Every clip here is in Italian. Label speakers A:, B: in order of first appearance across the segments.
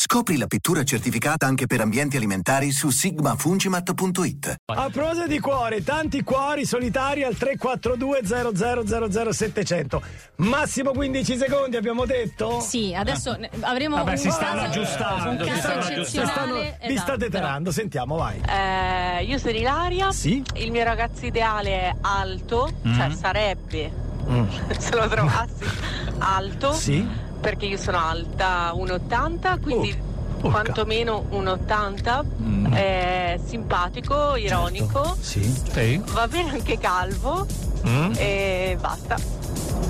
A: Scopri la pittura certificata anche per ambienti alimentari su sigmafungimat.it.
B: A prosa di cuori, tanti cuori solitari al 342 00 700 Massimo 15 secondi, abbiamo detto?
C: Sì, adesso ne- avremo
D: Ah,
B: Vabbè,
C: un
B: si stanno
C: caso-
B: aggiustando,
C: un
B: si
C: caso
B: stanno aggiustando.
C: eccezionale.
B: Vi
C: Esatto.
B: state tarando, sentiamo, vai.
E: Eh, io sono Ilaria.
B: Sì?
E: Il mio ragazzo ideale è alto,
B: Mm.
E: cioè sarebbe se lo trovassi alto,
B: Sì?
E: perché io sono alta 1,80, quindi
B: porca.
E: quantomeno 1,80,
B: Mm.
E: eh, simpatico,
B: Certo.
E: ironico,
B: Sì.
D: Sì.
E: va bene anche calvo
B: Mm?
E: e basta.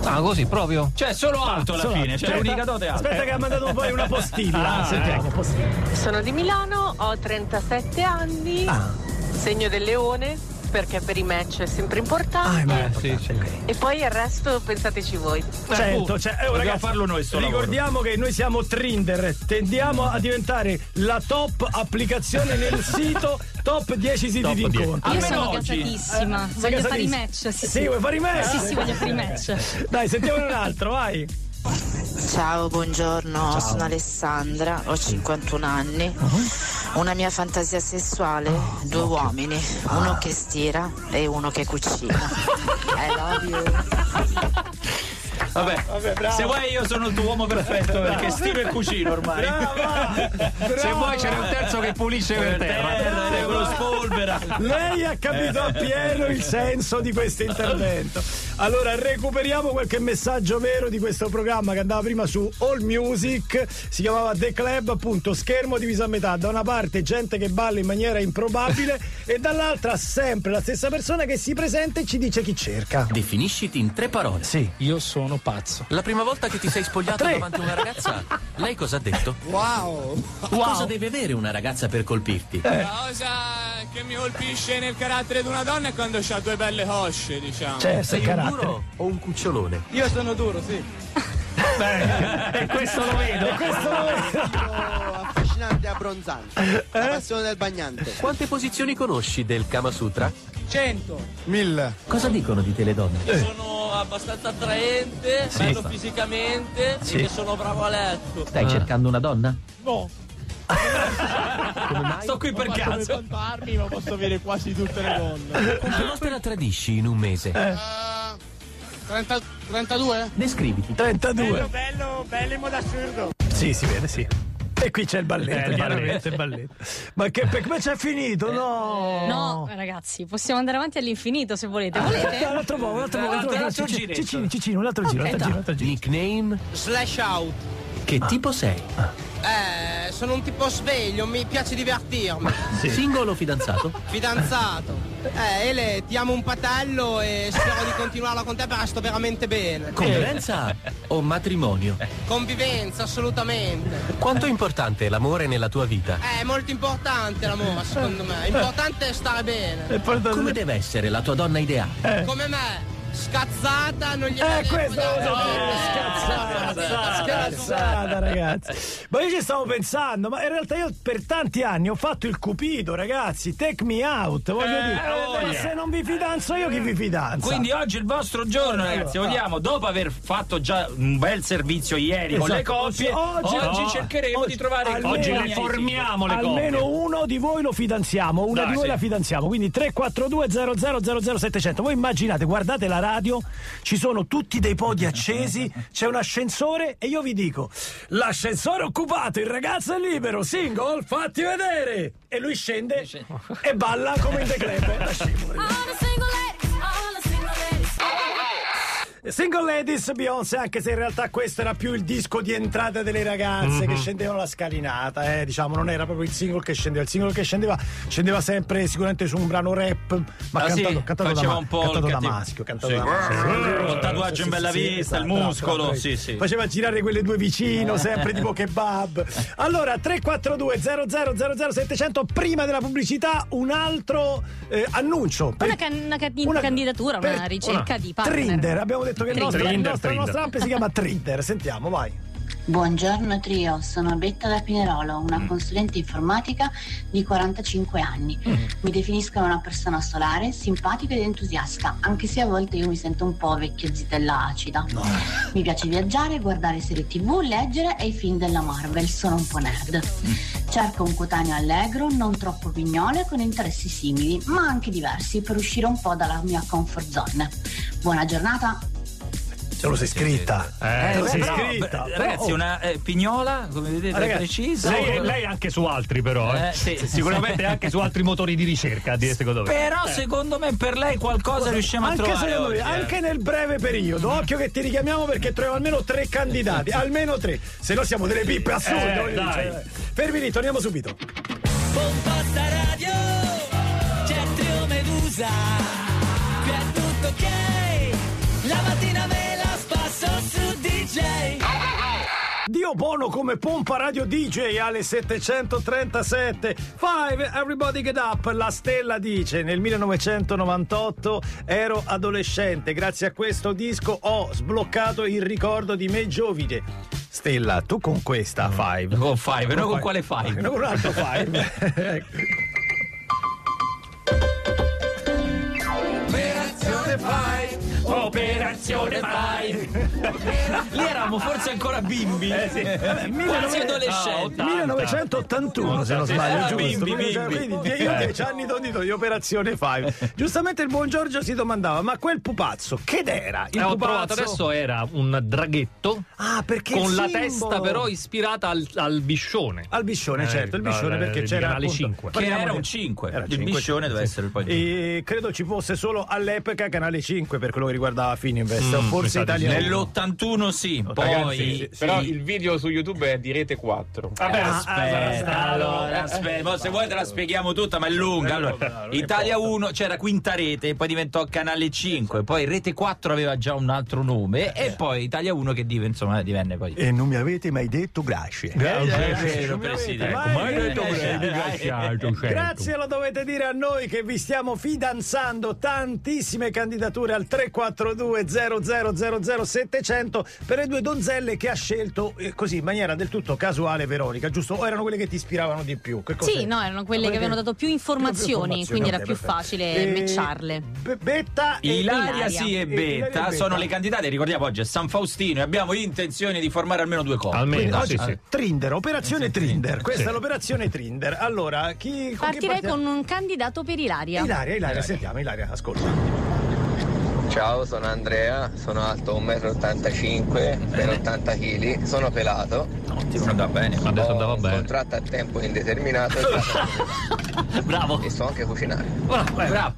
D: Ah, così proprio? Cioè, solo alto alla
B: Solo-
D: fine. Cioè,
B: aspetta-
D: l'unica dote è alta.
B: Aspetta, che ha mandato poi una postilla.
D: Ah,
B: sentiamo,
D: ecco.
B: postilla.
E: Sono di Milano, ho 37 anni,
B: Ah.
E: segno del leone, perché per i match è sempre
B: Ah,
E: importante.
B: è
D: Eh,
B: morto.
D: sì, sì.
E: E poi il resto pensateci voi.
B: Certo,
D: Eh,
B: cioè, eh,
D: dobbiamo
B: ragazzi,
D: farlo noi sto
B: ricordiamo che noi siamo Trinder, tendiamo a diventare la top applicazione nel sito top 10 siti
D: Top
B: di
D: 10.
B: incontro.
C: Io
D: Almeno
C: sono
D: oggi.
C: gasatissima.
B: Eh, sei
C: voglio fare i
B: gasatissima.
C: match. Sì, sì.
B: Sì, Eh. vuoi fare i match?
C: Sì, sì, voglio fare i match.
B: Dai, sentiamone un altro, vai.
F: Ciao, buongiorno, sono Alessandra, ho 51 anni.
B: Uh-huh.
F: Una mia fantasia sessuale,
B: Ah,
F: due uomini, uno che stira e uno che cucina. I love you.
D: Vabbè, se vuoi io sono il tuo uomo perfetto perché stiro e cucino ormai.
B: Brava!
G: Se vuoi c'è un terzo che pulisce per terra.
D: Terra,
B: brava.
D: lo spolvera.
B: Lei ha capito appieno il senso di questo intervento. Allora, recuperiamo qualche messaggio vero di questo programma che andava prima su All Music. Si chiamava The Club, appunto, schermo diviso a metà. Da una parte gente che balla in maniera improbabile e dall'altra sempre la stessa persona che si presenta e ci dice chi cerca.
H: Definisciti in tre parole.
B: Sì.
G: Io sono pazzo.
H: La prima volta che ti sei spogliato
B: Tre.
H: davanti a una ragazza, lei cosa ha detto?
G: Wow!
H: Cosa deve avere una ragazza per colpirti?
I: La cosa che mi colpisce nel carattere di una donna è quando ha due belle cosce, diciamo.
B: Certo,
H: Sei un
B: carattere.
H: duro o un cucciolone?
I: Io sono duro, sì.
B: E questo lo vedo. E questo lo vedo.
I: Affascinante e abbronzante. La passione del bagnante.
H: Quante posizioni conosci del Kama Sutra?
I: 100.
G: Mille.
H: Cosa dicono di te le donne?
I: Sono abbastanza attraente, bello fisicamente e che sono bravo a letto.
H: Stai cercando una donna?
I: No,
D: Sto qui per
I: per
D: caso.
I: contarmi, ma posso avere quasi tutte le donne.
H: Quante volte la tradisci in un mese?
I: 32?
H: Descriviti.
B: 32.
I: Bello, bellimo d'assurdo.
B: Sì, si vede, sì. E qui c'è il balletto,
D: Eh, il
B: chiaramente il balletto. Eh. Ma che per come c'è finito? No.
C: No, ragazzi, possiamo andare avanti all'infinito se volete.
B: Dai,
C: Volete?
B: Eh, Un altro po', un altro po', un altro
D: Un altro
B: po'. Cicci-
D: giretto.
B: Ciccino, Ciccino, un altro giro, un altro giro, un altro giro.
H: Nickname?
I: Slash out.
H: Che tipo sei?
I: Eh, sono un tipo sveglio, mi piace divertirmi.
H: Singolo o fidanzato?
I: Fidanzato. Eh, Ele, ti amo un patello e spero di continuarla con te perché sto veramente bene.
H: Convivenza o matrimonio?
I: Convivenza, assolutamente.
H: Quanto è importante l'amore nella tua vita?
I: Eh, È molto importante l'amore, secondo me. Importante è stare bene.
B: E poi-
H: Come deve essere la tua donna ideale?
I: Come me. Scazzata, non gli
B: Eh, questo lo sapevo, scazzata, scazzata, ragazzi. Ma io ci stavo pensando, ma in realtà io per tanti anni ho fatto il cupido, ragazzi. Take me out, voglio
D: Eh,
B: dire.
D: oh,
B: ma
D: yeah.
B: se non vi fidanzo io, chi vi fidanza?
D: Quindi
G: Esatto.
D: oggi è il vostro giorno, ragazzi. Vogliamo, dopo aver fatto già un bel servizio ieri con le
B: Esatto.
D: coppie,
B: Oggi-
D: oggi,
B: no.
D: cercheremo
B: Oggi-
D: di trovare
B: almeno-
D: oggi
B: Oggi
D: le
G: riformiamo le coppie.
B: Almeno uno di voi lo fidanziamo, una
D: Dai,
B: di voi
D: sì.
B: la fidanziamo. Quindi 342 700 Voi immaginate, guardate la radio, ci sono tutti dei podi accesi, c'è un ascensore e io vi dico: l'ascensore è occupato, il ragazzo è libero, single, fatti vedere! E lui scende e balla come in The Club. Da scivoli. Single Ladies Beyoncé, anche se in realtà questo era più il disco di entrata delle ragazze che scendevano la scalinata, eh, diciamo, non era proprio il single che scendeva, il single che scendeva scendeva sempre sicuramente su un brano rap, ma
D: Ah, sì?
B: cantato, cantato da,
D: Faceva
B: ma-
D: un po' il
B: cantato da
D: cattivo.
B: maschio, cantato
D: Sì.
B: da maschio.
D: Con tatuaggio in bella vista, il
B: esatto,
D: muscolo,
B: esatto,
D: sì, sì.
B: Faceva girare quelle due vicino, sempre tipo kebab. Allora, 342 00 700 prima della pubblicità un altro eh, annuncio.
C: Una, can- una ca- candidatura, una
B: per-
C: ricerca di partner.
B: Trinder, abbiamo detto che il nostro- il
C: Trinder,
B: nostro- la
C: Trinder.
B: nostra app si chiama Trinder, sentiamo, vai.
J: Buongiorno trio, sono Betta da Pinerolo, una
K: Mm.
J: consulente informatica di 45 anni.
K: Mm.
J: Mi definisco una persona solare, simpatica ed entusiasta, anche se a volte io mi sento un po' vecchia zitella acida. Mi piace viaggiare, guardare serie tv, leggere e i film della Marvel, sono un po' nerd.
K: Mm.
J: Certo. Cerco un cotaneo allegro, non troppo pignolo e con interessi simili, ma anche diversi per uscire un po' dalla mia comfort zone. Buona giornata!
B: Ce lo sei scritta.
G: Eh,
D: Eh,
G: lo sei
D: però,
G: scritta.
D: beh, Ragazzi,
G: Oh. Ah,
D: una eh, pignola, come
B: Oh,
D: vedete,
G: Ragazzi,
D: è precisa.
G: Lei, lei anche su altri, però. eh.
D: Eh, sì.
G: Sicuramente anche su altri motori di ricerca, a dire secondo me. Eh.
D: Però secondo me per lei qualcosa riusciamo a
B: anche
D: trovare.
B: secondo me,
D: oggi, eh.
B: anche nel breve periodo, occhio che ti richiamiamo perché troviamo almeno tre candidati, almeno tre, se no siamo delle pippe assurde.
G: Eh,
B: voglio dire,
G: dai.
B: cioè, fermi lì, torniamo subito.
L: Posta radio, c'è il trio Medusa, qui è tutto ok, la mattina me la spasso su DJ.
B: Dio Bono come pompa radio DJ alle 737 Five Everybody Get Up La Stella dice nel 1998 ero adolescente grazie a questo disco ho sbloccato il ricordo di me giovine Stella tu con questa Five
D: Con Five, no con quale Five?
B: No, con un altro Five
L: Operazione fai, operazione fai.
D: Lì eravamo forse ancora bimbi,
G: Eh,
B: Vabbè,
D: quasi
B: 1900
D: adolescenti.
B: 1981 se non sbaglio
D: Era
B: giusto
D: bimbi,
B: Quindi, cioè,
D: bimbi.
B: quindi, io ho dieci anni di di operazione 5 giustamente il buon Giorgio si domandava ma quel pupazzo che era il
G: Eh, ho
B: pupazzo
G: trovato adesso era un draghetto
B: ah, perché
G: con
B: il
G: la
B: simbolo-
G: testa però ispirata al, al biscione.
B: al biscione certo il biscione perché c'era
G: alle
B: appunto-
G: 5.
D: Che
B: parliamo
D: era
B: di-
D: un 5.
B: era
D: il
B: cinque,
D: biscione
B: sì,
D: deve
B: sì.
D: essere il poi.
B: E credo ci fosse solo all'epoca Canale 5 per quello che riguardava Fininvest,
D: Mm,
B: o
D: mi
B: forse
D: sa di sì.
B: Italia uno.
D: Nell'81 sì, poi
M: Ragazzi,
D: sì.
M: però il video su YouTube è di Rete 4.
B: Ah,
D: Vabbè,
M: aspetta,
D: aspetta, allora, aspetta, ma se vuoi te la spieghiamo tutta, ma è lunga. Allora, Italia 1 c'era Quinta Rete, poi diventò Canale 5, poi Rete 4 aveva già un altro nome e poi Italia 1 che div- insomma, divenne poi
A: E non mi avete mai detto grazie.
D: Eh,
B: eh,
D: vero,
B: eh,
D: Presidente.
B: vai,
D: Mai
B: eh,
D: detto
B: eh,
D: presidente,
B: eh,
D: graziato, certo.
B: Grazie, lo dovete dire a noi che vi stiamo fidanzando tantissime candidature al 342 00 700 per le due donzelle che ha scelto eh, così in maniera del tutto casuale Veronica, giusto? O erano quelle che ti ispiravano di più? Che cos'è?
C: Sì, no, erano quelle
B: Quelle
C: che avevano dato più informazioni, quindi era
B: ok,
C: più
B: perfetto.
C: facile
B: Eh,
C: matcharle.
B: Be- Betta e
D: Ilaria sì e
B: Ilaria
D: Betta sono le candidate, ricordiamo oggi è San Faustino e abbiamo intenzione di formare almeno due coppie.
B: Quindi
D: Quindi
B: oggi-
D: oggi-
B: Trinder, operazione Trinder. Questa
D: Sì.
B: è l'operazione Trinder. Allora, chi con chi
C: Partirei
B: partiamo?
C: con un candidato per Ilaria.
B: Ilaria, Ilaria, sentiamo, Ilaria, ascolta.
K: Ciao, sono Andrea, sono alto 1,85m per 80 kg, sono pelato.
D: Ottimo, andava bene.
K: Adesso andava bene. contratto a tempo indeterminato.
D: Bravo.
K: E so anche cucinare.
D: Bravo.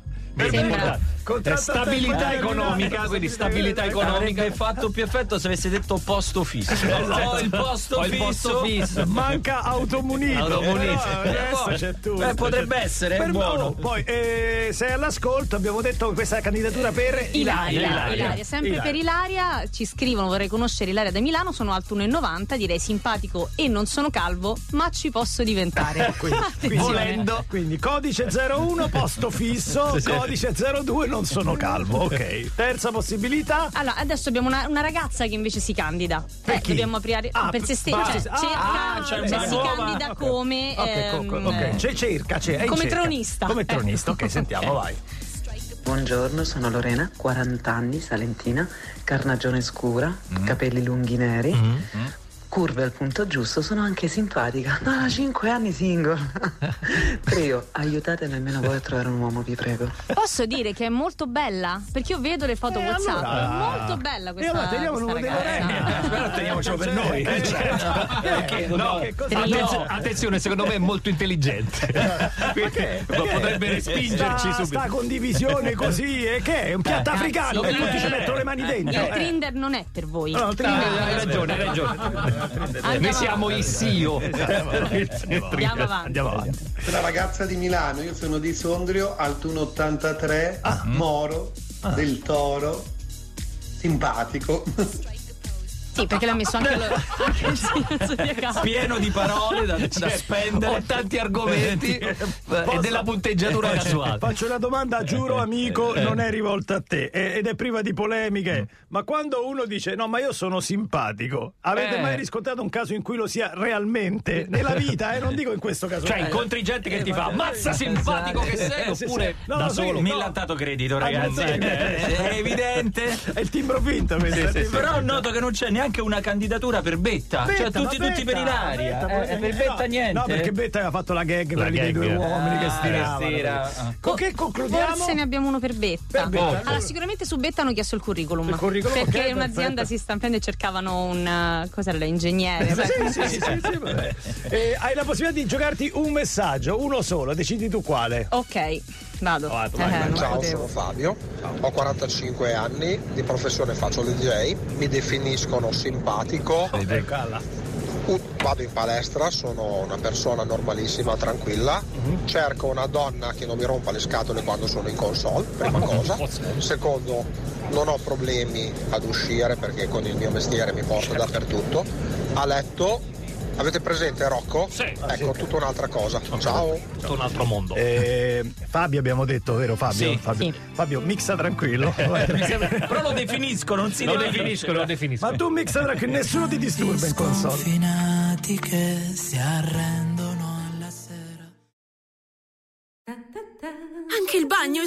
G: Sembra-
B: Contratto a
G: Stabilità
B: tempo
G: economica,
B: determinato.
G: quindi stabilità economica.
D: Avrebbe fatto più effetto se avesse detto posto fisso. Ho il posto
G: Ho il
D: fisso.
G: posto fisso.
B: Manca automunito.
D: Automunito.
B: Però adesso c'è tutto.
D: Eh, potrebbe
B: c'è-
D: essere, è
B: Per-
D: buono.
B: oh, poi, eh, sei all'ascolto, abbiamo detto che questa è la candidatura per
C: Ilaria, Ilaria. sempre per Ilaria ci scrivono vorrei conoscere Ilaria da Milano, sono alto 1,90, direi simpatico e non sono calvo, ma ci posso diventare.
B: Quindi, volendo. Quindi codice 01 posto fisso,
G: Sì, sì.
B: codice 02 non sono calvo. Ok. Terza possibilità.
C: Allora, adesso abbiamo una, una ragazza che invece si candida.
B: Per
C: Eh,
B: chi?
C: dobbiamo aprire
B: Ah,
C: per se stessa.
B: per-
C: Cioè,
B: ah,
C: cerca,
B: ah, c'è
C: cioè,
B: una
C: si
B: nuova-
C: candida come.
B: Ok,
C: ehm,
B: co- ok. C'è cerca, c'è. è in
C: come
B: cerca.
C: tronista.
B: Come tronista,
C: Eh.
B: ok, sentiamo, vai.
N: Buongiorno, sono Lorena, 40 anni, salentina, carnagione scura, capelli lunghi neri, curve al punto giusto, sono anche simpatica. Ma da 5 anni single. Trio, aiutatemi almeno voi a trovare un uomo, vi prego.
B: Cioè-
C: Posso dire che è molto bella? Perché io vedo le foto
L: Eh,
C: WhatsApp.
N: allora.
C: È molto bella questa,
L: Eh, allora, teniamo
C: questa
L: uno dei
C: ragazza. Eh,
D: Però teniamocelo per noi.
G: Eh, certo.
D: Perché?
G: No,
D: No,
G: che cosa-
D: no.
G: Attenzione- attenzione, secondo me è molto intelligente.
B: Eh,
G: Quindi potrebbe respingerci
B: sta,
G: subito.
B: sta condivisione così e che è un piatto
G: Eh,
B: africano
G: sì,
B: che tutti
G: eh,
B: ci mettono le mani dentro
C: Il
B: eh.
C: Tinder non è per voi.
B: No, il Tinder-
D: Ah,
G: Hai ragione, hai ragione. Noi siamo i CEO.
C: Andiamo avanti.
B: Andiamo avanti.
O: Una ragazza di Milano, io sono di Sondrio, alto 1,83, moro, del toro, simpatico.
C: Sì, perché l'ha messo anche, lo- anche il silenzio di accanto.
D: Pieno di parole da, da
B: Cioè,
D: spendere. Eh, Ho tanti
G: argomenti
D: e
G: della punteggiatura casuale.
B: Faccio una domanda, giuro
D: Eh.
B: amico, non è rivolta a te eh, ed è priva di polemiche.
D: Mm.
B: Ma quando uno dice no, ma io sono simpatico, avete
G: Eh.
B: mai riscontrato un caso in cui lo sia realmente? Nella vita, eh, non dico in questo caso.
G: Cioè,
B: Eh,
G: incontri gente che ti fa,
B: vabbè.
G: "Mazza simpatico che sei",
B: Eh, sì,
G: oppure
B: sì. No,
G: da
B: no, sì,
G: solo.
B: no.
D: Millantato credito,
B: Ah,
D: ragazzi.
B: sì.
D: Eh, È evidente.
B: È il timbro vinto questo. è il timbro
D: Però
B: vinto.
D: noto che non c'è neanche una candidatura per Betta. cioè,
B: Betta,
D: tutti,
B: ma
D: tutti per in
B: Betta,
D: aria.
B: Betta,
D: Eh,
B: poi-
D: per Betta
B: no,
D: niente.
B: No, perché Betta aveva fatto la gag,
D: La
B: quelli dei due
D: gag.
B: uomini che
D: Ah,
B: stiravano.
D: che stira. ah.
B: Con che concludiamo?
C: Forse ne abbiamo uno per Betta.
B: Per Betta,
C: allora,
B: allora.
C: sicuramente su Betta hanno chiesto il curriculum.
B: Il curriculum,
C: perché
B: ok,
C: un'azienda
B: perfetto.
C: si sta prendendo e cercavano un. eh, cos'era l'ingegnere? sai?
B: Sì, sì, sì, sì, sì, vabbè. Eh, hai la possibilità di giocarti un messaggio, uno solo, decidi tu quale.
C: Ok, vado. Eh, non
P: Ciao, sono
C: potevo.
P: Fabio, ho 45 anni, di professione faccio il DJ, mi definiscono simpatico, U- vado in palestra, sono una persona normalissima, tranquilla,
O: Mhm.
P: cerco una donna che non mi rompa le scatole quando sono in console, prima cosa, secondo non ho problemi ad uscire perché con il mio mestiere mi porto dappertutto, a letto, avete presente Rocco? Ecco, tutta un'altra cosa, ciao!
G: Tutto un altro mondo.
B: Eh, Fabio abbiamo detto, vero Fabio?
G: Sì.
B: Fabio, Fabio, mixa tranquillo.
D: Però lo definiscono, non si
G: Lo
D: definiscono.
G: definisco, lo definisco.
B: Ma tu mixa tranquillo, nessuno ti disturba in console.
L: Sconfinati che si arrendono alla sera.
Q: Anche il bagno è